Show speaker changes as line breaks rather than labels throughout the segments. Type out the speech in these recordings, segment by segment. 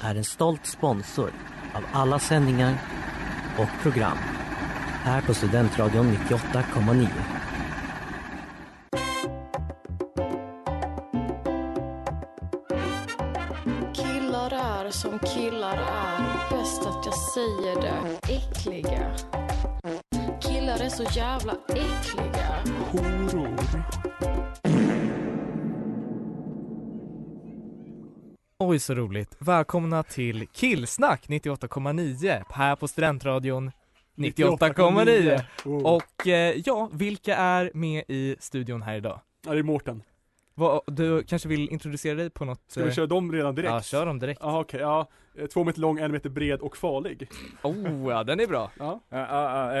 är en stolt sponsor av alla sändningar och program här på Studentradion 98,9.
Killar är som killar är. Bäst att jag säger det. Äckliga. Killar är så jävla äckliga.
Oj så roligt. Välkomna till Killsnack 98,9 här på Studentradion 98,9.
Oh.
Och eh, ja, vilka är med i studion här idag?
Ja, det är Mårten.
Vad- Du kanske vill introducera dig på något?
Ska vi
eh,
köra dem redan direkt?
Ja, kör dem direkt.
Jaha, okej, ja. Eh, Två meter lång, en meter bred och farlig.
Oh, ja, den är bra.
Ja.
Ja, ja, ja. Eh,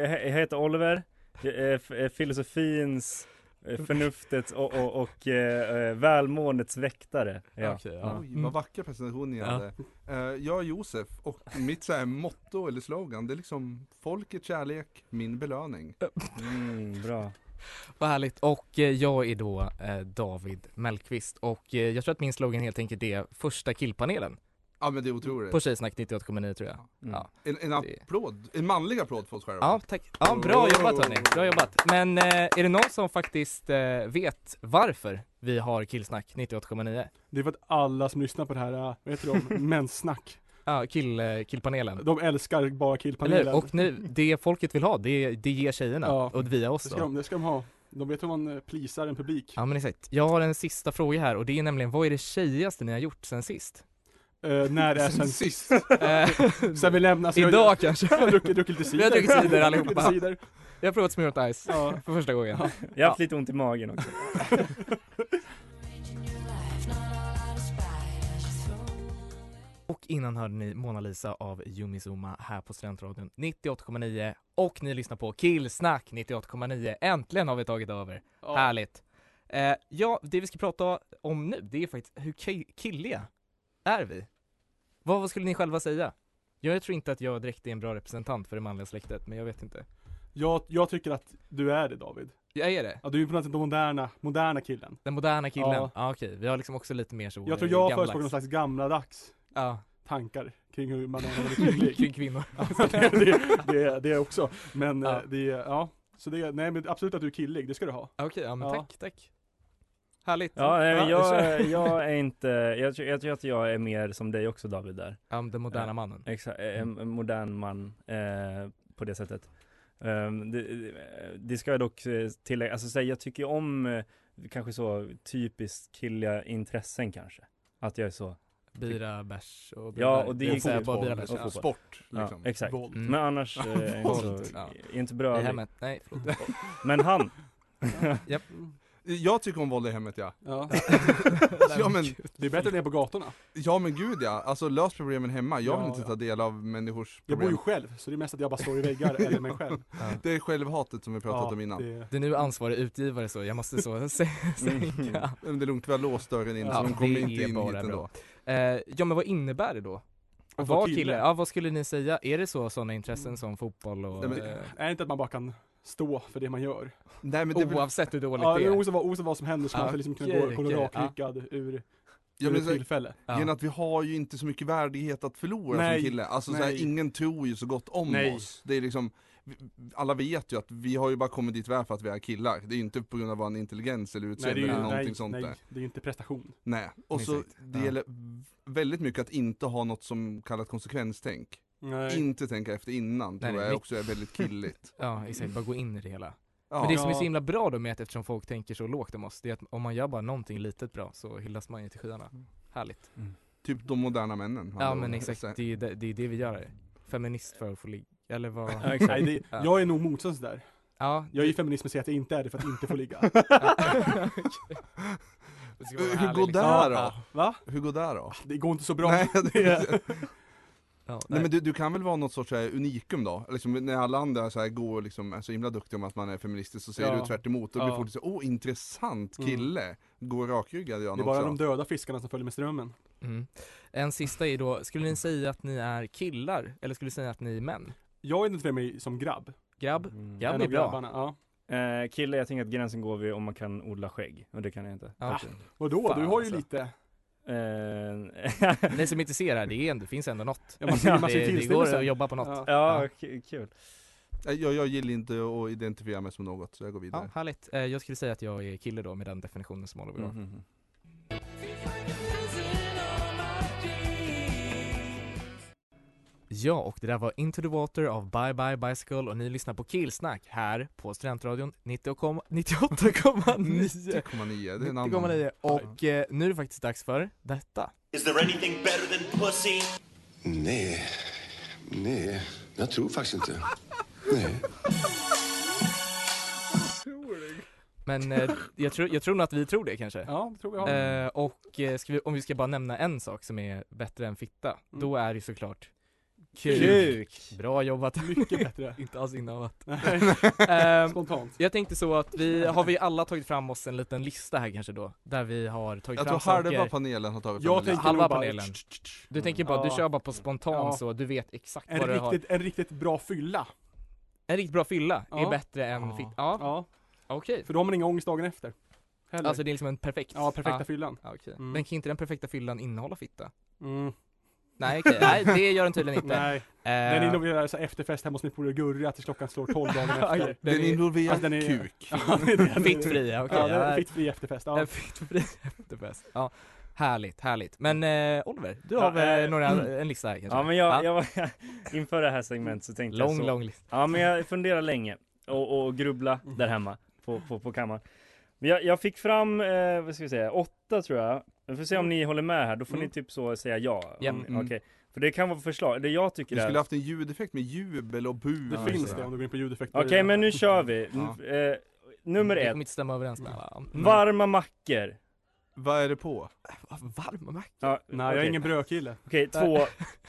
Jag he- jag heter Oliver, jag är f- eh, filosofins, eh, förnuftets och, och, och eh, eh, välmåendets väktare. Ja.
Okej, ja. Mm.
Ja.
Oj, vad vacker presentation ni
Ja.
hade. Eh, jag är Josef och mitt så här motto eller slogan det är liksom Folket kärlek, min belöning.
Mm, bra.
Vad härligt. Och eh, jag är då eh, David Mellqvist och eh, jag tror att min slogan helt enkelt är första killpanelen
Ja men det är otroligt.
på Tjejsnack 98,9 tror jag.
Mm.
Ja.
En, en applåd, en manlig applåd får Sverige.
Ja, tack. Ja, bra jobbat hörni, bra jobbat. Men eh, är det någon som faktiskt eh, vet varför vi har Killsnack 98,9?
Det är för att alla som lyssnar på det här, eh, vad heter de? Mänssnack.
Ja, kill, eh, killpanelen.
De älskar bara
Eller
killpanelen.
hur? Och nu, det folket vill ha, det, det ger tjejerna
Ja.
och via oss
det, ska
då.
de, det ska de ha. De vet hur man eh, pleasar en publik.
Ja men exakt. Jag har en sista fråga här och det är nämligen, vad är det tjejigaste ni har gjort sen sist?
Eh, när det är sen
Sen
sist.
sist.
Eh,
Sen vi lämnar. alltså, jag-
Idag kanske?
Jag har druckit, druckit lite cider.
Vi har druckit cider
Druckit
allihopa.
lite cider.
Jag har provat smör och ice
Ja.
för första gången.
Jag har haft lite ont i magen också.
Och innan hörde ni Mona Lisa av Yumi Zuma här på Studentradion 98,9 och ni lyssnar på Killsnack 98,9. Äntligen har vi tagit över.
Ja.
Härligt. Eh, ja, det vi ska prata om nu det är faktiskt hur ki- killiga är vi? Vad, vad skulle ni själva säga? Jag tror inte att jag direkt är en bra representant för det manliga släktet, men jag vet inte.
Jag, jag tycker att du är det David.
Jag är det?
Ja, du är på något sätt den moderna, moderna killen.
Den moderna killen? Ja,
Ja.
okej. Vi har liksom också lite mer så
Jag tror
eh,
jag
gammaldags.
förespråkar någon slags gammaldags
Ja,
tankar kring hur man är kvinnlig.
kring kvinnor.
Ja, det, det, det, det också. Men
Ja.
eh, det, ja. Så det, nej men absolut att du är killig, det ska du ha.
Okej, ja men
Ja.
tack, tack. Härligt.
Ja,
kör.
eh, jag, jag är inte, jag, tror- jag tror att jag är mer som dig också David där.
Ja, men den moderna mannen.
Exa, eh, en, en modern man eh, på det sättet. Ehm, det, det- det ska jag dock eh, tillägga, alltså så här, jag tycker ju om eh, kanske så typiskt killiga intressen kanske. Att jag är så,
Bira, bärs och
Ja, och det är
Jag säger
ju
bara
fotboll.
bira, bärs.
Och
Ja.
fotboll.
Sport
ja,
liksom.
exakt.
Våld.
Mm.
Men annars eh, är inte, så,
Ja.
är inte
I
bra.
hemmet, nej förlåt.
Men han,
Jag tycker om våld i hemmet ja.
Ja.
Ja men,
Det är bättre än det på gatorna.
ja men gud ja, alltså lös problemen hemma. Jag vill
Ja,
inte
ja.
ta del av människors
Jag bor
problem.
ju själv, så det är mest att jag bara står i väggar eller mig själv.
Det är självhatet som vi pratat
Ja,
om innan.
det-
Det är nu ansvarig utgivare så, jag måste så sä- säga.
Men Mm. det är lugnt, vi har låst dörren in
Ja,
så de kommer
det
inte
är
in
bara
hit
bra.
ändå.
Eh, ja men vad innebär det då? Att
vara
vara
kille.
kille, ja vad skulle ni säga? Är det så sådana intressen som fotboll och
Nej, men-
eh,
Är det inte att man bara kan stå för det man gör?
Nej men det är väl
oavsett hur dåligt
Ja,
det
det är
är?
oavsett vad, oavsett vad som händer så
Ja,
man ska liksom kunna
okej,
gå, gå
okej, ja.
rakryggad ur,
Ja,
ur
men
ett
så-
tillfälle.
Genom
Ja.
att vi har ju inte så mycket värdighet att förlora
Nej,
som kille. Alltså så
nej.
här, ingen tror ju så gott om
Nej.
oss. Det är liksom, vi- alla vet ju att vi har ju bara kommit dit vi är för att vi är killar. Det är ju inte på grund av vår intelligens eller
Nej, det
utseende
är ju,
eller någonting
nej,
sånt
nej,
där.
det är ju inte prestation.
Nej. Och så
Exakt.
det
Ja.
gäller v- väldigt mycket att inte ha något som kallat konsekvenstänk.
Nej.
Inte tänka efter innan
Nej,
tror
nej,
jag
vi-
också är väldigt killigt.
ja exakt, bara gå in i det hela.
Ja.
Men det som är
Ja.
så himla bra då med att eftersom folk tänker så lågt om oss, det är att om man gör bara någonting litet bra så hyllas man ju till skyarna. Härligt.
Typ de moderna männen.
Ja
hallå.
men exakt, det är ju det, det, är det vi gör här. Feminist för att få ligga, eller vad?
Ja,
Nej,
exakt.
det,
Ja.
jag är nog motsatsen där.
Ja.
Jag är ju feminist men säger att jag inte är det för att inte få ligga.
Ja. Det ska vara
Hur
härligt,
går
liksom.
där
Ja.
då?
Va?
Hur går det då?
Det går inte så bra.
Nej, det är...
Ja,
Nej men du, du kan väl vara något sorts så här, unikum då? Liksom, när alla andra så här, går och liksom, är så himla duktiga om att man är feministisk så säger
Ja.
du tvärt emot och blir
Ja.
folk så åh intressant
Mm.
kille, går rakryggad gör
Det är
han
bara
också.
de döda fiskarna som följer med strömmen.
Mm. En sista är då, skulle ni säga att ni är killar? Eller skulle ni säga att ni är män? Jag
Jag identifierar mig som grabb.
Grabb?
Mm.
Grabb
En
är
av
bra.
grabbarna, Ja.
Eh, kille, jag tänker att gränsen går vid om man kan odla skägg, och det kan jag inte.
Ja.
Vadå?
Fan,
du har ju
alltså.
lite.
Eh,
Ni som inte ser det här, det, är, det finns ändå något.
Mm. Ja, man ser, man ser
det, det går att
tillställelsen.
jobba på något. Ja.
ja, k- kul.
Nej, Jag, jag gillar inte att identifiera mig som något så jag går vidare.
härligt. Eh, Jag skulle säga att jag är kille då med den definitionen som Oliver
Mm.
har.
Mhm.
Ja, och det där var Into the Water av Bye Bye Bicycle och ni lyssnar på Killsnack här på Studentradion 90,- 98,9.
90,9, det är en annan.
90,9 och eh, nu är det faktiskt dags för detta.
Is there anything better than pussy?
Nej, nej, jag tror faktiskt inte. Nej.
Men eh, jag, tror, jag tror nog att vi tror det kanske.
Ja, det tror jag.
Eh, och eh, ska vi, om vi ska bara nämna en sak som är bättre än fitta,
Mm.
då är det ju såklart kuk.
Kuk.
Bra jobbat.
Mycket bättre.
Inte alls inövat.
Nej,
Ehm,
Spontant.
jag tänkte så att vi, har vi alla tagit fram oss en liten lista här kanske då? Där vi har tagit
Jag
fram
tror halva
saker.
panelen har tagit fram en
Jag
lista.
tänker
halva
nog bara,
panelen. Du tänker bara, du
Ja.
kör bara på spontan
Ja.
så, du vet exakt
En
vad du har.
riktigt, en riktigt bra fylla.
En riktigt bra fylla är
Ja.
bättre än
Ja.
fitta. Ja,
Ja,
okej.
för då har man inga ångest dagen efter. Heller.
Alltså det är liksom en perfekt.
ja, perfekta
ja.
fyllan.
Ja, Ah, okej.
Mm.
Men kan inte den perfekta fyllan innehålla fitta?
Mm.
Nej okej, nej det gör den tydligen inte. Eh.
Nej, den involverar så här efterfest hemma hos min polare Gurra tills klockan slår 12 dagen efter.
Den
Den
är-
involverar
Alltså, den är-
kuk.
Ja, det är det.
Fittfria, okej. Eh,
Ja, det är
ja.
en fittfri efterfest. Ja.
En fittfri efterfest. Ja, härligt, härligt. Men eh, Oliver, du har
Ja,
väl
eh,
några, en lista här kanske?
Ja men jag, jag var, inför det här segmentet så tänkte jag
Lång,
så.
lång lista.
Ja men jag funderar länge och, och grubbla där hemma på, på, på kammaren. Men jag, jag fick fram, eh, vad ska vi säga, åtta tror jag. Vi får se om ni håller med här, då får ni typ så säga ja.
Ja.
Om-
Mm.
Okej, för det kan vara förslag. Det jag tycker
Vi skulle
är...
haft en ljudeffekt med jubel och bu.
Det
och
finns
sådär.
det om du går in på ljudeffekter.
Okej men nu kör vi.
Ja.
N- Eh, nummer
Det
ett,
kommer inte stämma överens med alla. Mm.
varma mackor.
Vad är det på?
Varma mack?
Ja,
Nej, jag
okej.
är ingen brödkille.
Okej, två.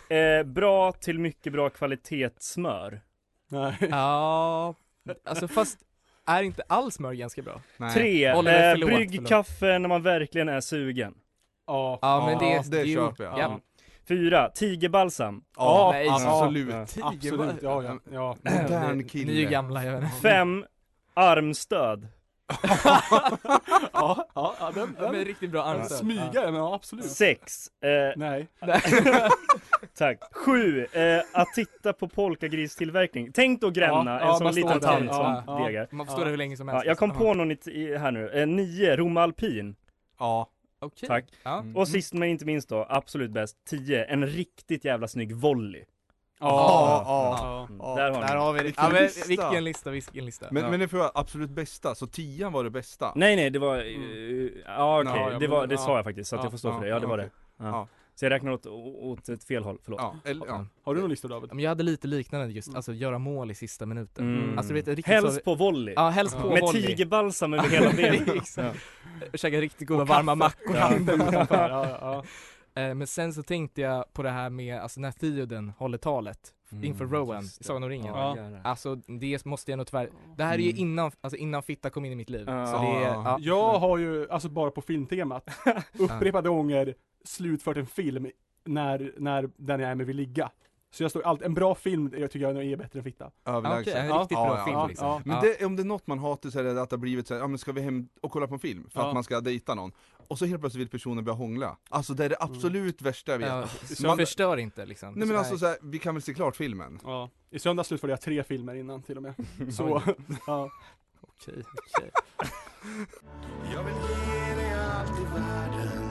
Eh, bra till mycket bra kvalitetssmör.
Nej.
Ja, alltså fast är inte all smör ganska bra?
Nej.
Tre,
Oliver,
eh,
förlåt,
brygg
förlåt.
kaffe när man verkligen är sugen.
Ja.
Ja men
Ja,
det,
det
ju-
köper jag.
Ja.
Fyra, tigerbalsam.
Ja,
Nej.
absolut.
Ja.
Absolut, ja, ja, ja.
Modern
Ni-
kille.
Ni är ju gamla, jag vet inte.
Fem, armstöd.
ja, ja, ja den,
De är
den.
riktigt bra armstöd.
Smyga, men ja absolut.
Sex, eh,
Nej.
tack. Sju, eh, att titta på polkagristillverkning. Tänk då Gränna,
Ja,
en
ja,
sån
man står
liten
där.
tant
Ja,
som
ja.
degar.
Man får stå där hur länge som helst. Alltså,
Ja, jag kom
Ja.
på någon i, i, här nu. Eh, nio, Roma alpin.
Ja.
Okej.
Tack.
Ja.
Mm.
Och sist men inte minst då, absolut bäst, tio, en riktigt jävla snygg volley.
Ja, ja.
Ja.
Mm,
Ja,
där har ni.
har vi det.
Vilken
Ja, men,
lista.
vilken lista, vilken lista.
Men,
Ja.
men det får jag absolut bästa, så tian var det bästa.
Nej nej, det var, eh, ja okej,
Ja, ja,
det,
men-
var, det
ja.
sa jag faktiskt, så att
Ja,
jag får stå för det. Ja det var det. Ja.
Ja.
Så jag räknar åt, åt ett fel håll, förlåt.
Ja, eller, ja.
Har du någon lista David?
Ja, Men jag hade lite liknande just, alltså göra mål i sista minuten.
Mm.
Alltså du vet, riktigt
Helst
så...
på volley.
Ja, helst på
Med
volley.
tigerbalsam över hela benet. ja.
Käka riktigt goda varma mackor.
Ja, ja, ja.
Eh, Men sen så tänkte jag på det här med, alltså när Theoden håller talet inför Rowan
just
i
det.
Sagan om ringen.
Ja.
Alltså det måste jag nog tyvärr, det här är ju innan, alltså innan fitta kom in i mitt liv.
Ja.
Så det är, ja.
Jag har ju, alltså bara på filmtemat, upprepade gånger slutfört en film när, när den jag är med vill ligga. Så jag står allt, en bra film jag tycker jag är bättre än fitta.
Ja,
Överlägset.
okej, en
Ja,
riktigt
ja,
bra
ja,
film
ja,
liksom.
ja.
Men det, om det är något man hatar så är det att det har blivit så här, ja men ska vi hem och kolla på en film? För
Ja.
att man ska dejta någon. Och så helt plötsligt vill personen börja hångla. Alltså det är det absolut värsta jag vet.
Mm. Ja, så
Man-
förstör inte liksom.
Nej men alltså så här, vi kan väl se klart filmen?
Ja. I söndags slutförde jag tre filmer innan till och med. Så, ja.
Okej, okej.
Jag vill ge dig allt i världen,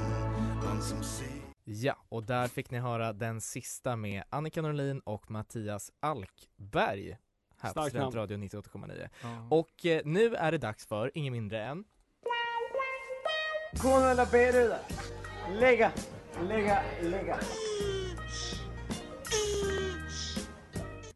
någon som ser
Ja, och där fick ni höra den sista med Annika Norlin och Mattias Alkberg här på
Starkt namn.
Studentradion 98,9. Och eh, nu är det dags för ingen mindre än
Konala Beruda. Lägga, lägga, lägga.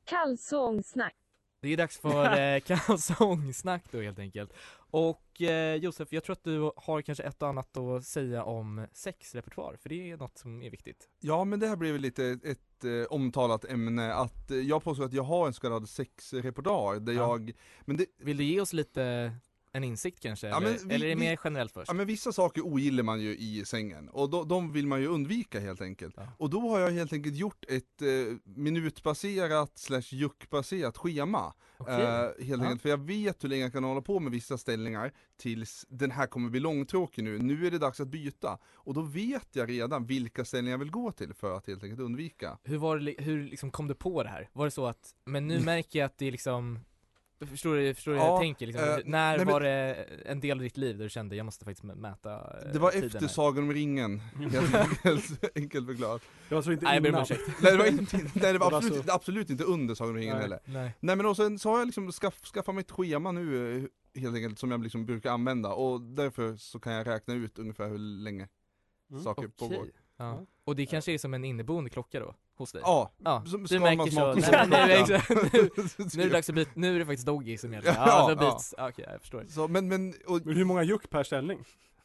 Kalsongsnack.
Det är dags för eh, kalsongsnack då helt enkelt. Och eh, Josef, jag tror att du har kanske ett och annat att säga om sexrepertoar, för det är något som är viktigt.
Ja men det här blir väl lite ett, eh, omtalat ämne att eh, jag påstår att jag har en så kallad sexrepertoar där
Ja.
jag, men det,
Vill du ge oss lite en insikt kanske?
Ja,
eller,
men vi-
eller är det
vi-
mer generellt först?
ja men vissa saker ogillar man ju i sängen och då, de vill man ju undvika helt enkelt. Och då har jag helt enkelt gjort ett eh, minutbaserat slash juckbaserat schema.
Okej.
Eh,
Ja.
helt enkelt, för jag vet hur länge jag kan hålla på med vissa ställningar tills den här kommer bli långtråkig nu. Nu är det dags att byta. Och då vet jag redan vilka ställningar jag vill gå till för att helt enkelt undvika.
Hur, var det, li- hur liksom kom du på det här? Var det så att, men nu märker jag att det är liksom Förstår du, förstår du hur
Ja,
jag tänker? Liksom,
eh,
när
nej, men-
var det en del av ditt liv där du kände jag måste faktiskt mä- mäta eh,
Det var
tiden
efter
här"?
Sagan om ringen, helt enkelt, enkelt förklarat.
Det var så inte
Nej, jag ber om
innan.
ursäkt.
Nej det var, inte, nej, det
Det
var
var
absolut,
så.
inte- absolut inte under Sagan om ringen
Nej,
heller.
nej.
men och sen så har jag liksom skaff, skaffat mig ett schema nu eh, helt enkelt som jag liksom brukar använda och därför så kan jag räkna ut ungefär hur länge
Mm,
Mm.
saker pågår.
Okej. Ja. Och det kanske är som en inneboende klocka då, hos dig?
Ja,
ja.
som-
du
som
märker
Almas
så,
mat.
nej, men nu, är det,
Ja.
nu är det dags att byta, nu är det faktiskt Doggy som gäller. Ja, då byts, ja. okej jag förstår.
Så, men, men, och,
men hur många juck per ställning?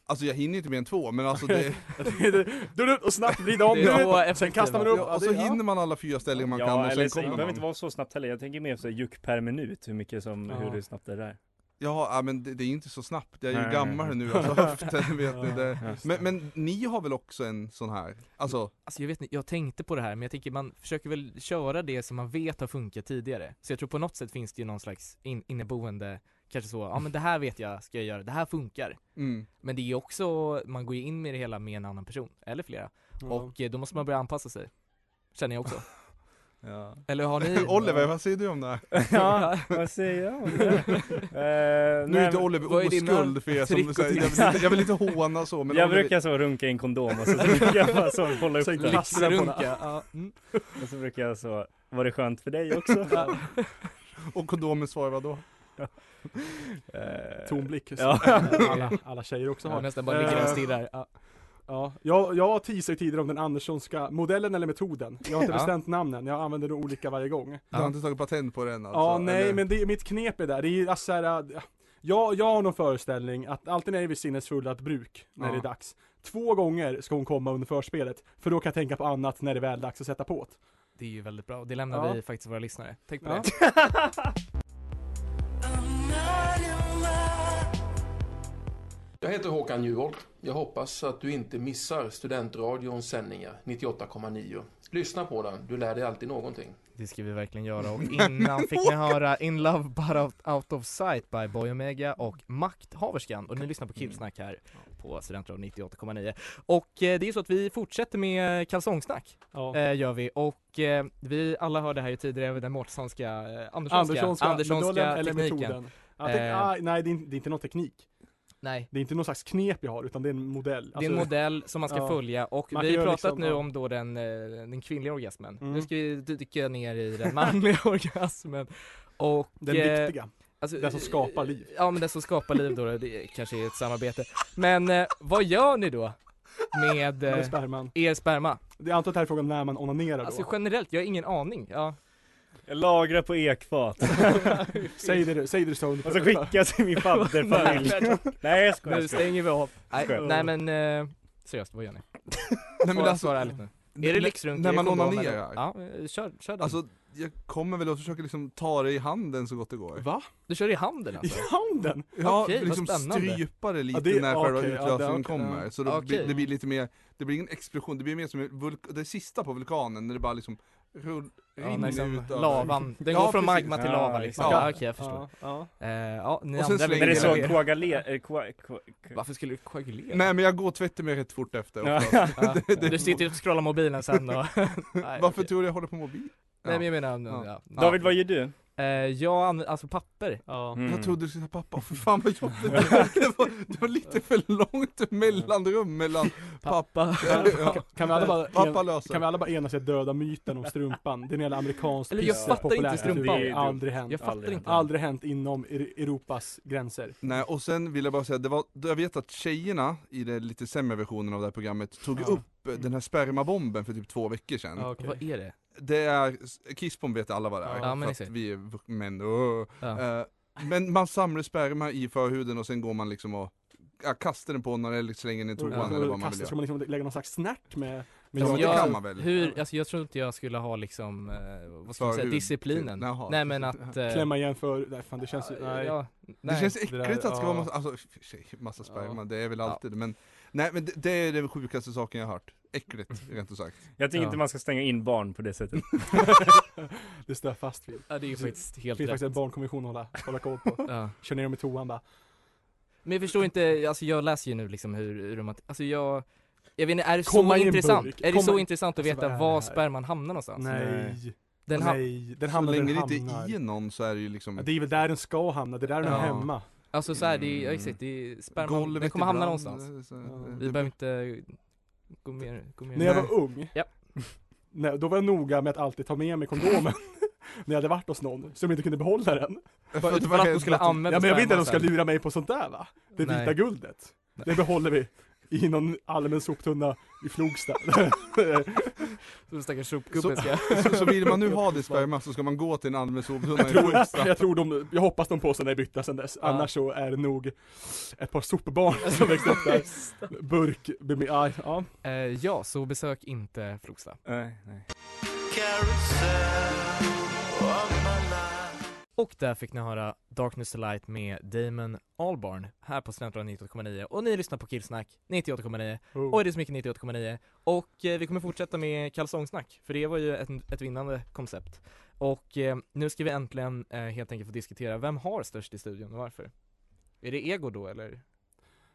Alltså jag hinner inte mer än två, men alltså det...
du, och snabbt vrida om,
Det
du
är då
vet, sen
effektivt,
kastar man upp.
va? Ja, och så hinner man alla fyra ställningar man
ja,
kan och
eller
sen
så,
kommer
det
man.
behöver inte vara så snabbt heller. Jag tänker mer så här juck per minut, hur mycket som,
Ja.
hur snabbt det är.
Jaha, ja, men det, det är inte så snabbt, jag är ju
Nej.
gammal nu, alltså höften vet ni
Ja,
det.
Typ
just
Men, men ni har väl också en sån här? Alltså,
Alltså jag vet inte, jag tänkte på det här men jag tänker man försöker väl köra det som man vet har funkat tidigare. Så jag tror på något sätt finns det ju någon slags in, inneboende, kanske så, ja men det här vet jag ska jag göra, det här funkar.
Mm.
Men det är ju också, man går ju in med det hela med en annan person, eller flera.
Ja.
Och eh, då måste man börja anpassa sig. Känner jag också.
Ja.
Eller har ni?
Oliver, vad säger du om det här?
Ja, vad säger jag om det? Eh,
Nu är
nej,
inte
men-
Oliver oskuld för er som du säger, jag vill, inte- jag vill inte håna så men
jag
Oliver,
brukar så runka i en kondom och så brukar jag bara så hålla upp
Sen
den.
klassar jag på den. Lyxrunka,
ja, mm.
Och så brukar jag så, var det skönt för dig också?
Ja.
Och kondomen svarar vadå?
Eh,
Tom blick.
Ja.
Alla, alla tjejer också
Ja,
har.
nästan bara ligger där och
Eh,
stirrar. Ja.
Ja, jag, jag teasade ju tidigare om den Anderssonska modellen eller metoden. Jag har inte
Ja.
bestämt namnen, jag använder nog olika varje gång.
Du har inte tagit patent på den alltså?
ja, nej
eller?
men det, mitt knep är där, det är ju alltså så här, äh, jag, jag har någon föreställning att alltid när det är vid sinnesfullat bruk, när
Ja.
det är dags. Två gånger ska hon komma under förspelet, för då kan jag tänka på annat när det är väl dags att sätta på det.
Det är ju väldigt bra, och det lämnar
Ja.
vi faktiskt våra lyssnare. Tänk på
Ja.
det.
Jag heter Håkan Juholt. Jag hoppas att du inte missar Studentradions sändningar 98,9. Lyssna på den, du lär dig alltid någonting.
Det ska vi verkligen göra och innan fick ni höra In Love But Out- Out of Sight by Boy Omega och Makthaverskan och ni lyssnar på Killsnack här
Mm.
på Studentradion 98,9 och eh, det är så att vi fortsätter med kalsongsnack
Ja.
eh, gör vi och eh, vi alla hörde här ju tidigare över den Mårtenssonska, eh, Anderssonska,
Anderssonska,
Anderssonska
modellen eller
tekniken.
metoden. Jag tänkte,
Eh,
ah, nej det är, inte- det är inte någon teknik.
Nej.
Det är inte någon slags knep jag har, utan det är en modell.
det är en modell som man ska
Alltså, ja.
följa och
Man
vi
kan
har
göra
pratat
liksom,
nu
ja.
om då den, eh, den kvinnliga orgasmen.
Mm.
Nu ska vi dyka ner i den manliga orgasmen. Och,
Den
eh,
viktiga. Den som skapar alltså liv.
Ja men den som skapar liv då, det är kanske är ett samarbete. Men eh, vad gör ni då med eh,
Med sperman.
er sperma?
Det är antar att det här är frågan om när man onanerar då.
Alltså generellt, jag har ingen aning. Ja.
Jag lagrar på ekfat.
säg det du, säg det du Stone.
Och så skickas till min fadderfamilj. Nej jag skojar.
Nu stänger vi av. Nej,
Skojar.
nej men eh, seriöst, vad gör ni?
men
Svara-
alltså-
svara ärligt nu. Är det
När-
lyxrunk?
När
Är det
man
kondom,
onanerar?
eller- Ja, eh, kör, kör den.
Alltså, jag kommer väl och försöker liksom ta det i handen så gott det går.
Va?
Du kör i handen alltså?
I handen?
Ja,
Okej, vad
liksom
spännande.
strypa det lite
Ja, det-
när själva
okej, ja, det-
utlösningen
okej,
kommer.
ja.
Så då blir,
Okej.
det blir lite mer, det blir ingen explosion, det blir mer som en vulk- det sista på vulkanen när det bara liksom rull,
Ja,
rinner
liksom
ut av-
lavan. Den går från magma till lava, liksom. Ja, okej, jag förstår.
Ja,
ja. ja ni
Och sen
andra vill
När det är
inte
så
göra
koagulera, eh, koa- ko-
Varför skulle du koagulera?
Nej men jag går och tvättar mig rätt fort efter
Ja.
oftast.
Ja.
Det- det-
Du sitter och scrollar mobilen sen och... Nej,
Varför tror du jag håller på mobil?
Nej men jag menar,
Ja.
ja.
David vad gör du?
Eh, jag använder, alltså papper. Mm.
Jag trodde du skulle säga pappa, för fan vad jobbigt det var. Det var, det var lite för långt mellanrum mellan pappa.
Kan, kan- kan, vi alla bara,
pappa
en,
löser.
kan vi alla bara enas i att döda myten om strumpan? Det är en jävla amerikansk
Mm.
Eller jag
piss-
fattar inte
populärkultur.
strumpan.
Det är aldrig hänt.
Jag fattar
aldrig
inte.
Hänt. Aldrig hänt inom Er- Europas gränser.
Nej, och sen vill jag bara säga, det var, jag vet att tjejerna i den lite sämre versionen av det här programmet tog
Ja.
upp den här spermabomben för typ två veckor sedan.
Ja, okej. Vad är det?
Det är, kissbomb vet alla vad det är,
Ja, men
för att
exakt.
vi är vux- män. åh.
Ja.
Eh, men man samlar sperma i förhuden och sen går man liksom och ja, kastar den på någon eller liksom slänger den i toan eller vad man vill
Kasta- Ska
göra.
man liksom lägga någon slags snärt med, med
Ja, men
Alltså,
det
jag,
kan man väl?
Hur, alltså jag tror inte jag skulle ha liksom, eh, vad ska man säga,
Förhud.
disciplinen.
Jaha.
Nej men att... eh,
Klämma igen för, nej fan det känns ju, nej.
ja,
Det känns äckligt
där-
att det ska vara
ja.
massa, alltså, i och för sig, massa sperma,
Ja.
det är väl alltid men Nej men det, det är den sjukaste saken jag har hört. Äckligt, rent ut sagt.
Jag tycker inte man ska stänga in barn på det sättet.
Det står jag fast vid.
Ja, det är ju faktiskt helt
Det finns faktiskt
rätt.
en barnkonvention att hålla, hålla koll på.
Ja.
Kör ner dem i toan bara.
Men jag förstår inte, alltså jag läser ju nu liksom hur, hur de, att- alltså jag jag vet inte, är det
Komma i
så
en
intressant?
burk.
Är det
Komma
så
i-
intressant att
Alltså,
veta
vad är det här?
var sperman hamnar någonstans?
Nej.
Den ham-
nej, den
Så
hamnar där
länge
den
det inte
hamnar.
är i någon så är det ju liksom
Ja, Det är väl där den ska hamna, det är där den
Ja.
är hemma.
Alltså såhär, det är, ja, exakt, det är sperman,
Golvet
den kommer hamna
ibland,
någonstans
så-
Vi behöver inte gå mer, gå mer
När jag var ung,
Ja.
nej, då var jag noga med att alltid ta med mig kondomen. när jag hade varit hos någon, så de inte kunde behålla den.
För
att- för att de skulle använda
Ja men jag vill inte att de ska
sperman sen.
lura mig på sånt där va? Det
Nej.
vita guldet. Det behåller vi. I någon allmän soptunna i Flogsta.
Så den stackars
så,
sopgubben ska
så, så vill man nu ha det sperma så ska man gå till en allmän soptunna
jag,
i
tror,
Flogsta.
jag tror de, jag hoppas de påsarna är bytta sedan dess.
Ja.
Annars så är det nog ett par sopbarn som växte upp där. Burk, blir med- aj, ja.
Eh, Ja, så besök inte Flogsta
Nej, nej.
Och där fick ni höra Darkness to Light med Damon Albarn här på Studentradion 98,9 och ni lyssnar på Killsnack 98,9
Oh.
och det är så mycket 98,9 och eh, vi kommer fortsätta med kalsongsnack för det var ju ett, ett vinnande koncept och eh, nu ska vi äntligen eh, helt enkelt få diskutera vem har störst i studion och varför? Är det ego då eller?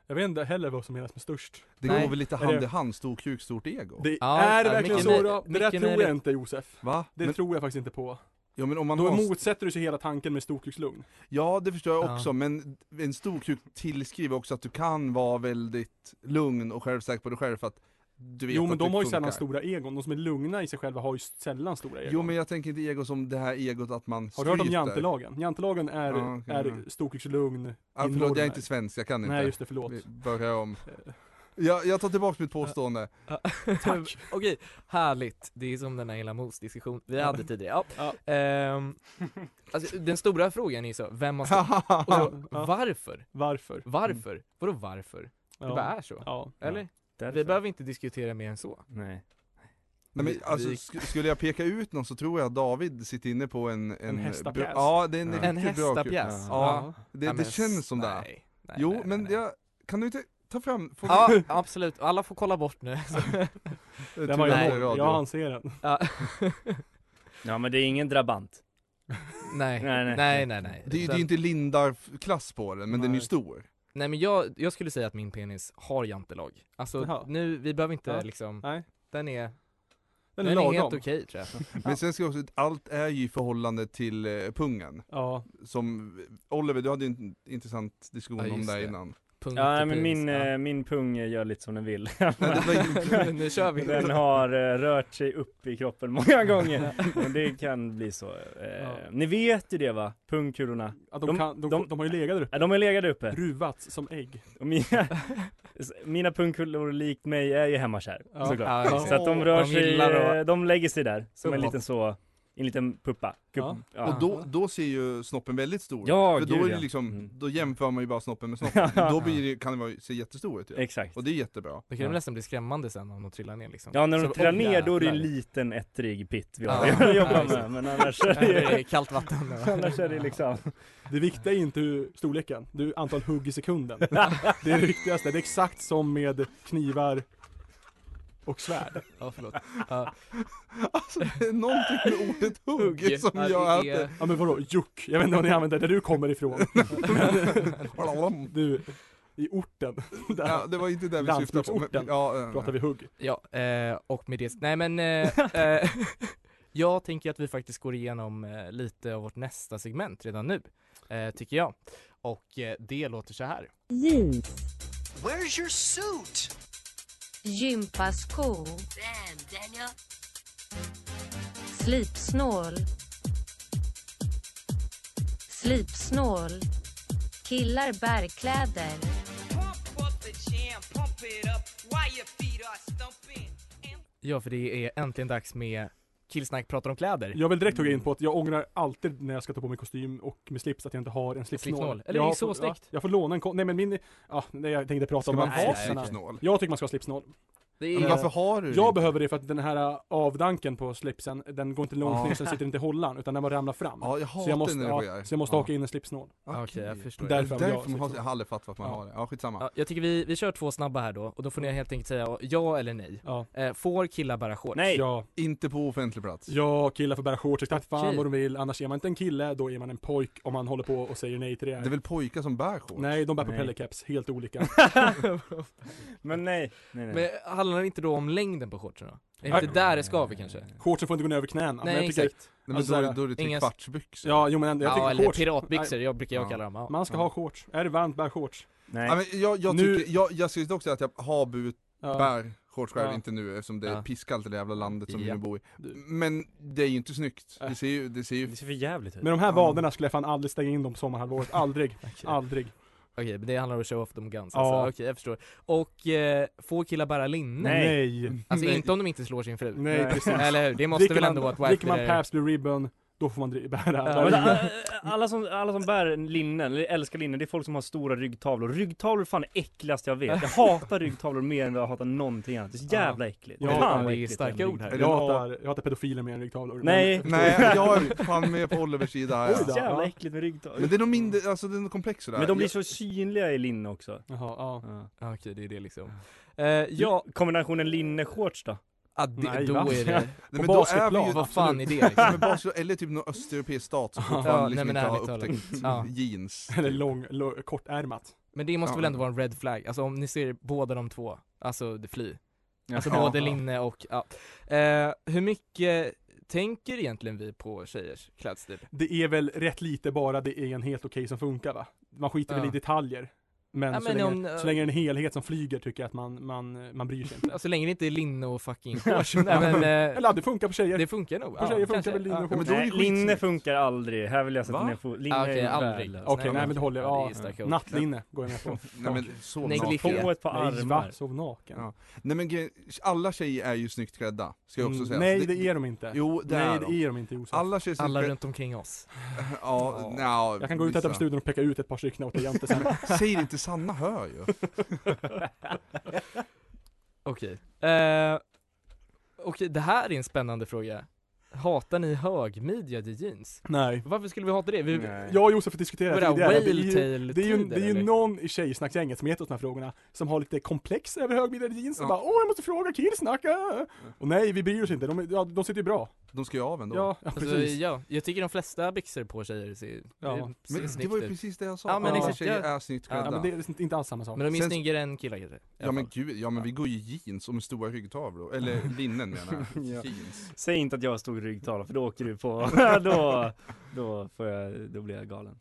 Jag vet inte heller vad som menas med störst.
Det
Nej.
går väl lite
Är
hand i
det-
hand, stor kuk, stort ego.
Det
Ja,
är det
ja,
verkligen
mycket
så
nö-
då? Det där
mycket
tror
nödigt.
jag inte Josef.
Va?
Det
Men,
tror jag faktiskt inte på.
ja men om man
Då
har...
motsätter du sig hela tanken med storkukslugn.
Ja det förstår jag
Ja.
också men en stor kuk tillskriver också att du kan vara väldigt lugn och självsäker på dig själv för att du vet
Jo men
att
de
du
har ju
funkar.
sällan stora egon, de som är lugna i sig själva har ju sällan stora egon.
Jo men jag tänker inte ego som det här egot att man
har du hört om
skryter.
jantelagen? Jantelagen är,
Ja, okej, ja.
är storkukslugn
Ja,
i
förlåt, jag är
normer.
inte svensk, jag kan inte.
Nej just det, förlåt. Eh,
Vi börjar om. Jag, jag tar tillbaka mitt påstående.
Tack! Typ. Okej, härligt. Det är som den här hela mos-diskussion vi hade tidigare. Ja. Ehm, alltså, den stora frågan är ju så, vem har störst? Och så,
Ja.
varför?
Varför? Mm.
Mm.
Varför? Vadå varför? Det bara är så.
Ja.
Eller?
Därför.
Vi behöver inte diskutera mer än så.
Nej.
Nej, men,
Vi-
alltså,
vi-
sk- skulle jag peka ut någon så tror jag att David sitter inne på en... En,
hästapjäs.
bra- Ja, det är en
Ja.
En
riktigt bra kuk.
hästapjäs.
Ja, det,
Ja,
det
men
känns som det.
nej, nej,
Jo,
nej, nej,
men
nej.
jag, kan du inte ta fram... Få,
Ja, absolut. Alla får kolla bort nu.
Den var ju
Nej.
norr, jag anser den.
Ja.
Ja men det är ingen drabant.
nej.
Nej,
Nej,
nej.
nej, nej. nej.
Det, är ju- det är
Utan-
ju inte Lindar-klass på den, men den är ju
Nej.
stor.
nej men jag, jag skulle säga att min penis har jantelag. Alltså
Jaha.
nu, vi behöver inte
Ja.
liksom,
Nej.
den är,
Den är
helt
lagom.
okej tror jag.
Men sen ska jag också, allt är ju i förhållande till eh, pungen.
Ja.
Som, Oliver, du hade ju en intressant diskussion
Ja,
om
just
det här
det.
innan.
Punkt
Ja nej,
till
men
penis.
min,
Ja.
eh, min pung gör lite som den vill.
Nej, det var-
nu kör vi.
Den har eh, rört sig upp i kroppen många gånger. Men det kan bli så. Eh,
Ja.
Ni vet ju det va? Pungkulorna.
Ja, de,
De-
kan, de, de,
de-
har ju legat där uppe.
Ja, de har legat där uppe.
Ruvats som ägg.
Och mina, mina pungkulor likt mig är ju hemmakär
Ja.
såklart.
Ja, just det.
Så att de rör
De
sig, eh,
gillar
de lägger sig där som en
Uppåt.
liten så, i en liten puppa. Gupp,
Ja.
ja.
Och då, då ser ju snoppen väldigt stor ut.
Ja,
För då,
gud,
är det
ja.
liksom,
Mm.
då jämför man ju bara snoppen med snoppen. då blir det, kan det vara, se jättestor ut ju.
Exakt.
Och det är jättebra.
Det kan ju nästan bli skrämmande sen om de trillar ner liksom.
Ja när de
Så-
trillar
Åh,
ner då är det en
jävlar.
liten ettrig pitt vi
Ja.
har att
Ja,
jobba
exakt.
med men annars
Ja,
är
Det är
det,
kallt vatten. där, va?
annars är det liksom
Det viktiga är inte hur- storleken, det är antal hugg i sekunden. Det är det viktigaste, det är exakt som med knivar och svärd.
Ja, förlåt. Ja.
Alltså det är någonting med ordet hugg som
Ja,
gör att
det är-
det...
Ja men vadå, juck? Jag vet inte vad ni använder, där du kommer ifrån. Du, i orten, där
Ja, det var inte det vi syftade på. men-
Lantbruksorten.
Ja, eh,
pratar vi hugg.
Ja, eh, och med det, nej men, eh, eh, Jag tänker att vi faktiskt går igenom eh, lite av vårt nästa segment redan nu, eh, tycker jag. Och eh, det låter så här.
Where's your suit?
Gympasko.
Daniel.
Slipsnål. Slipsnål. Killar bär kläder.
Ja, för det är äntligen dags med Killsnack pratar om kläder.
Jag vill direkt hugga in på att jag ångrar alltid när jag ska ta på mig kostym och med slips att jag inte har en slipsnål.
Slipsnål. Eller det är
jag
så
får-
snyggt.
Ja, jag får låna en ko- Nej men min, ja, nej, jag tänkte prata
Ska
om
man
de
ha
här slipsarna.
slipsnål? Mm.
Jag tycker man ska ha slipsnål.
Det är- Men varför har du det
Jag
inte?
behöver det för att den här äh, avdanken på slipsen, den går inte långt
Ja.
ner så den sitter inte i hållan utan den bara ramlar fram.
Ja, jag
så
hatar
jag måste,
när det sker.
ja, Så jag måste
Ja.
haka in en slipsnål.
Okej, jag förstår.
Därför,
Därför
jag, liksom-
man har- jag har aldrig fattat varför man har det. Ja, skitsamma.
Ja, jag tycker vi, vi kör två snabba här då, och då får ni helt enkelt säga ja eller nej. Eh, får killar bära shorts?
Ja.
Inte på offentlig plats.
Ja, killar får bära shorts exakt fan
Okej.
vad de vill. Annars är man inte en kille, då är man en pojk om man håller på och säger nej till det.
Det är väl pojkar som bär shorts?
Nej, de bär
Nej.
propellercaps. Helt olika.
Men nej, nej, nej.
Men handlar det inte då om längden på shortsen då? Är det inte där det skaver kanske?
Shortsen får inte gå ner över knäna.
Nej,
jag tycker-
exakt. Nej, men då är det-
såhär-
då är
typ
det Inga- trekvartsbyxor.
alltså, Ja, jo men jag
Ja,
tycker
eller
shorts-
piratbyxor,
Nej.
jag brukar jag kalla dem, ja.
Man ska
Ja.
ha shorts. Är det varmt, bär shorts.
Ja, men jag, jag, tycker, jag, jag skulle också säga att jag har burit,
Ja.
bär shorts själv,
Ja.
inte nu eftersom det
Ja.
är piskallt i det jävla landet som vi
Ja. Äh.
nu bor i. Men det är ju inte snyggt. Det ser ju, det ser ju... Det
ser för jävligt
Men de här vaderna skulle jag fan aldrig stänga in dem på sommarhalvåret. Aldrig. Aldrig.
Okej, men det handlar om att show off them guns
Ja.
alltså. Okej, jag förstår. Och eh, får killar bära linne?
Nej.
Alltså
Nej.
inte om de inte slår sin fru.
Nej, precis.
Eller hur? Det måste
Dricker
väl ändå
man,
vara ett wipe
Dricker man Pabst Blue Ribbon, då får man dri- bära.
Ja, men alla, alla, som, alla som bär linnen, eller älskar linnen, det är folk som har stora ryggtavlor. Ryggtavlor är fan det äckligaste jag vet. Jag hatar ryggtavlor mer än vad jag hatar någonting annat. Det är så jävla äckligt.
Jag
Fan,
hatar-
vad äckligt med ryggtavlor.
Jag hatar, jag hatar pedofiler mer än ryggtavlor.
Nej.
Men-
Nej, jag är fan med på Olivers sida här.
Oj då.
Ja.
Jävla äckligt med ryggtavlor.
Men det är nog mindre, alltså det är nog komplext sådär.
Men de blir så synliga i linne också.
Jaha, ja.
ja. Okej, det är det liksom.
ja. Kombinationen linne-shorts då?
Ja, det- Nej, då va? är det-
Nej, men då är vi ju,
Vad fan är det,
liksom?
liksom?
men basket, eller typ någon östeuropeisk stat som fortfarande
Ja, nej,
liksom
men
inte har
ärligt talat.
upptäckt
Ja.
jeans. typ.
Eller lång, lo- kortärmat.
Men det måste
Ja.
väl ändå vara en red flag? Alltså om ni ser båda de två, alltså det fly. Alltså
Ja.
både linne och, ja. Eh, hur mycket tänker egentligen vi på tjejers klädstil?
Det är väl rätt lite bara det är en helt okej som funkar va? Man skiter väl
Ja.
i detaljer. Men,
Ja,
så,
men
länge,
om-
så länge det är en helhet som flyger tycker jag att man, man, man bryr sig inte.
Ja, så länge det Alltså inte är linne och fucking shorts. Nej, men, eh,
Eller ja, det funkar på tjejer.
Det funkar nog.
På tjejer funkar väl linne och shorts. Men då är det
Nej, linne funkar aldrig. Här vill jag sätta
Va?
ner foten. Linne
Ah, okej,
är
aldrig.
värdelöst.
Okej, nej men det håller
Ja,
jag.
det är
Ja,
starka ord.
nattlinne går jag med på.
Nej men sov
Få
naken.
ett par armar. Nej, va? Sov naken.
Ja. Nej men grejen- alla tjejer är ju snyggt klädda, ska jag också
Mm,
säga.
nej, det är de inte.
Jo det
Nej,
är
det är de inte, Josef.
Alla tjejer är
Alla
snyggt
runt omkring oss.
klädda. Ja, nja,
Jag kan gå ut här på
vissa.
studion och peka ut ett par stycken åt dig Jante sen.
Säger inte Sanna hör ju.
Okej. Eh, Okej, det här är en spännande fråga. Hatar ni högmidjade jeans?
Nej.
Varför skulle vi hata det? Vi,
Jag och Josef
Var
diskuterade
det
tidigare. Det är ju,
whale-tail
det är ju, det är
tider,
ju
eller?
någon i tjejsnacksgänget som heter oss de här frågorna som har lite komplex över högmidjade jeans
Ja.
och bara åh jag måste fråga killsnacka. Och nej vi bryr oss inte, de, är- ja, de sitter ju bra.
De ska ju av ändå.
Ja, ja
Alltså,
precis.
ja, jag tycker de flesta byxor på tjejer ser,
Ja.
ser, ser
Men det
snyggt
var ju
ut.
precis det jag sa.
Ja, men
Alla
exakt,
tjejer
ja.
är snyggt
Ja.
klädda.
Ja, men det är liksom inte alls samma sak.
Men de är
Sen-
snyggare än killar kanske? i alla
Ja men
fall.
gud, ja men vi går ju i jeans och med stora ryggtavlor, eller linnen menar jag.
Ja.
Jeans.
Säg inte att jag har stor ryggtavla för då åker du på, då, då får jag, då blir jag galen.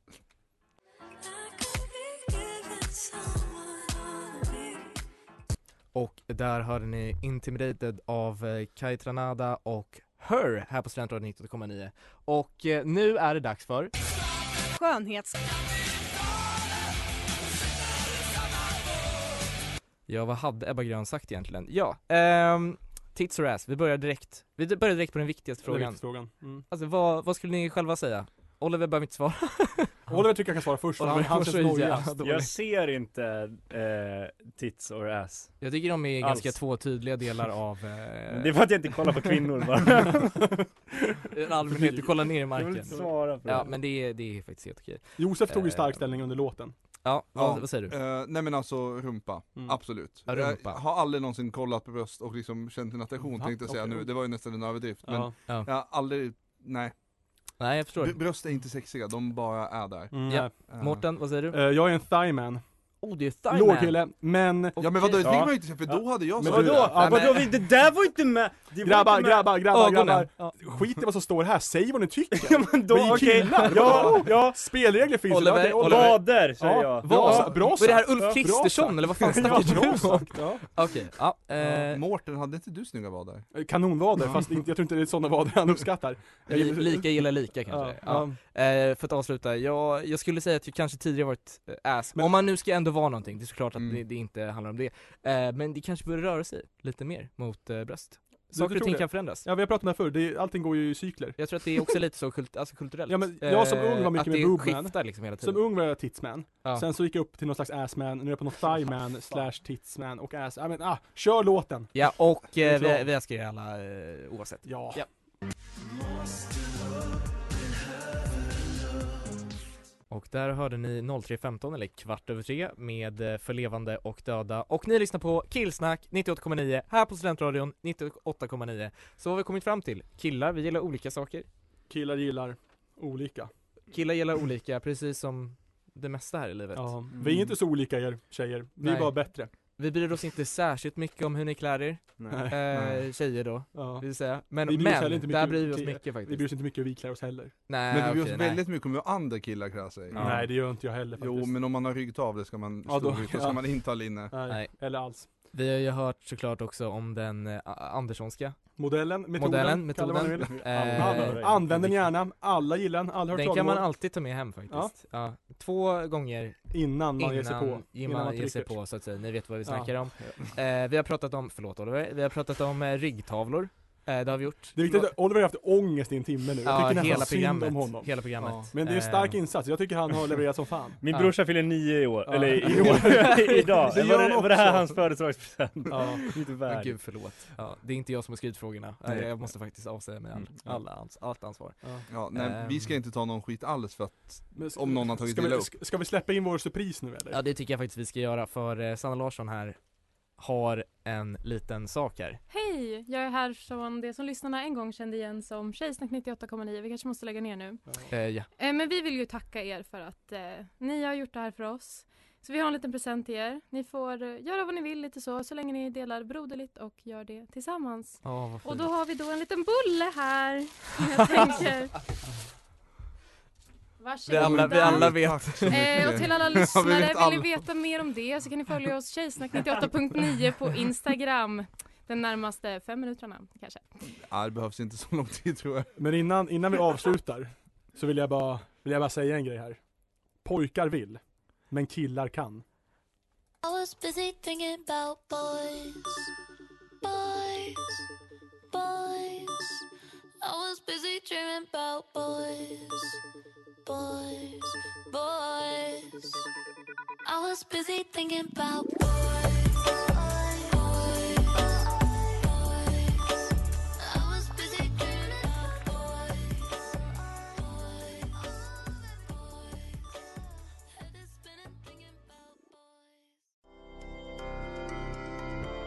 Och där hörde ni Intimidated av eh, Kai Tranada och Her här på Studentradion 98,9. Och eh, nu är det dags för
Skönhets...
Ja, vad hade Ebba Grön sagt egentligen? Ja, ehm, tits or ass, vi börjar direkt, vi börjar direkt på den viktigaste
Den
frågan.
viktigaste frågan. Mm.
Alltså vad, vad skulle ni själva säga? Oliver behöver inte svara.
Oliver tycker jag kan svara först, för
Oliver
han, han
var så
känns
jävla
nojigast.
dålig.
Jag ser inte eh, tits or ass.
Jag tycker de är
Alls.
ganska två tydliga delar av... Eh...
Det är för att jag inte kollar på kvinnor bara.
En allmänhet, du kollar ner i marken.
Jag vill inte svara på det.
Ja men det är, det är faktiskt helt okej.
Josef tog ju
Eh,
stark ställning under låten. Mm.
Ja, vad, vad säger du?
Eh, nej men alltså rumpa, absolut.
Ja, rumpa.
Jag har aldrig någonsin kollat på bröst och liksom känt en attraktion
Va?
tänkte jag säga
Okej.
nu, det var ju nästan en överdrift. Men
Ja. Ja.
jag har aldrig, nej.
Nej jag förstår.
Br- Bröst är inte sexiga, de bara är där.
Mm,
Ja.
Eh,
Mårten, vad säger du?
Eh, Jag är en thigh-man.
Oh det är thigh
Låg
man.
kille, men...
Ja men vadå, det fick
Ja.
man ju inte säga för då hade jag
Men
sagt
vadå?
det.
Ja, vadå, vi- det där var ju inte med! Det var
grabbar,
inte med
grabbar, grabbar,
ögonen.
grabbar.
Ja.
Skit i vad som står här, säg vad ni tycker! ja, men
då-
Vi är
okej.
killar! Ja, ja. Spelregler finns
Oliver,
det.
Oliver.
Vader, säger jag.
Bra,
Vad-
sa- bra
Var det här
sagt.
Ulf
Ja, bra
Kristersson,
sagt.
eller vad fan snackar
ja,
du
bra
om?
sagt, ja.
Okej, ja.
Ja,
Eh,
Mårten, hade inte du snygga vader?
Eh, Kanonvader,
Ja.
fast inte, jag tror inte det är sådana vader han uppskattar. Jag
li-
gillar-
lika gillar lika kanske.
Ja,
Ja. Eh, för att avsluta, jag, jag skulle säga att jag kanske tidigare varit eh, ass, om man nu ska ändå vara någonting, det är såklart att
Mm.
det, det inte handlar om det. Eh, men det kanske börjar röra sig lite mer mot eh, bröst.
Du-
Saker
du
och
tror
ting
det?
kan förändras.
Ja, vi har pratat om det här förr, det är, allting går ju i cykler.
Jag tror att det är också lite så kult, alltså kulturellt.
Ja, men jag som ung var
Eh,
mycket
att
med
det
boobman.
skiftar liksom hela tiden.
Som ung var jag titsman,
Ja.
sen så gick jag upp till någon slags assman, nu är jag på någon thighman slash titsman och ass, ja men ah, kör låten!
Ja, och eh,
Reklam.
vi, vi älskar er alla eh, oavsett.
Ja.
Ja. Och där hörde ni 03.15 eller kvart över tre med eh, För levande och döda och ni lyssnar på Killsnack 98,9 här på Studentradion 98,9 Så vad har vi kommit fram till? Killar, vi gillar olika saker
Killar gillar olika.
Killar gillar olika, precis som det mesta här i livet
Ja, Vi är inte så olika er tjejer, vi
Mm. Nej.
är bara bättre.
Vi bryr oss inte särskilt mycket om hur ni klär er,
Nej.
eh, tjejer då,
Ja.
vill säga Men,
Vi bryr oss
men,
heller inte
där
mycket-
bryr vi oss
till-
mycket faktiskt
Vi bryr oss inte mycket hur vi klär oss heller.
Nej,
men vi bryr oss
okej, nej.
väldigt mycket om hur andra killar klär sig.
Ja.
Nej det gör inte jag heller faktiskt.
Jo, men om man har ryggtavlor ska man,
Ja, då-
storryggor ska
ja.
man inte ha linne.
Nej,
Nej.
eller alls.
Vi har ju hört såklart också om den eh, A- Anderssonska
Modellen, metoden,
Modellen,
kalla det vad ni
metoden.
vill.
Eh,
Alla- Använd den gärna, alla gillar den, alla har
Den kan man alltid ta med hem faktiskt. Ja. Två gånger
Innan man ger sig
innan,
på.
innan man ger sig
trycker.
på så att säga. Ni vet vad vi
Ja.
snackar om. Eh, vi har pratat om, förlåt Oliver, vi har pratat om eh, ryggtavlor. Eh, det har vi gjort.
Det är viktigt, att- Oliver har haft ångest i en timme nu. Jag
Ja,
tycker nästan
hela
synd
programmet.
om honom.
Hela programmet.
Ja.
Men det är en stark
Eh,
insats, jag tycker han har levererat som fan.
Min
Ja.
brorsa fyller nio i år,
Ja.
eller i år, idag.
Det gör
var, det,
han
var det här
också.
hans födelsedagspresent?
Ja.
Inte
Eh, Men
värd.
gud förlåt. Ja, det är inte jag som har skrivit frågorna. Eh,
Nej.
Jag måste faktiskt avsäga mig
Mm.
all, alla ans- allt ansvar.
Ja, nej, vi ska
Ehm.
inte ta någon skit alls för att
Men s-
om någon har tagit
ska,
illa
vi,
upp.
ska- ska vi släppa in vår surpris nu eller?
Ja det tycker jag faktiskt vi ska göra för eh, Sanna Larsson här har en liten sak här.
Hej! Jag är här från det som lyssnarna en gång kände igen som Tjejsnack 98,9. Vi kanske måste lägga ner nu.
Eh, ja.
Eh, men vi vill ju tacka er för att eh, ni har gjort det här för oss. Så vi har en liten present till er. Ni får eh, göra vad ni vill lite så, så länge ni delar broderligt och gör det tillsammans.
Ja, vad fint.
Och då har vi då en liten bulle här, som jag tänker.
Vi
Varsågoda.
alla, vi alla vet.
Eh, och till alla
Ja, vi
lyssnare,
vet
vill
alla.
ni veta mer om det så kan ni följa oss tjejsnack98.9 på Instagram den närmaste fem minuterna kanske.
Ja, det behövs inte så lång tid tror jag.
Men innan, innan vi avslutar så vill jag, bara, vill jag bara säga en grej här. Pojkar vill, men killar kan.
I was busy thinking about boys, boys, boys. I was busy dreaming about boys, boys, boys. I was busy thinking about boys, boys, boys. I was busy dreaming about boys, boys, boys. Head is spinning thinking about boys.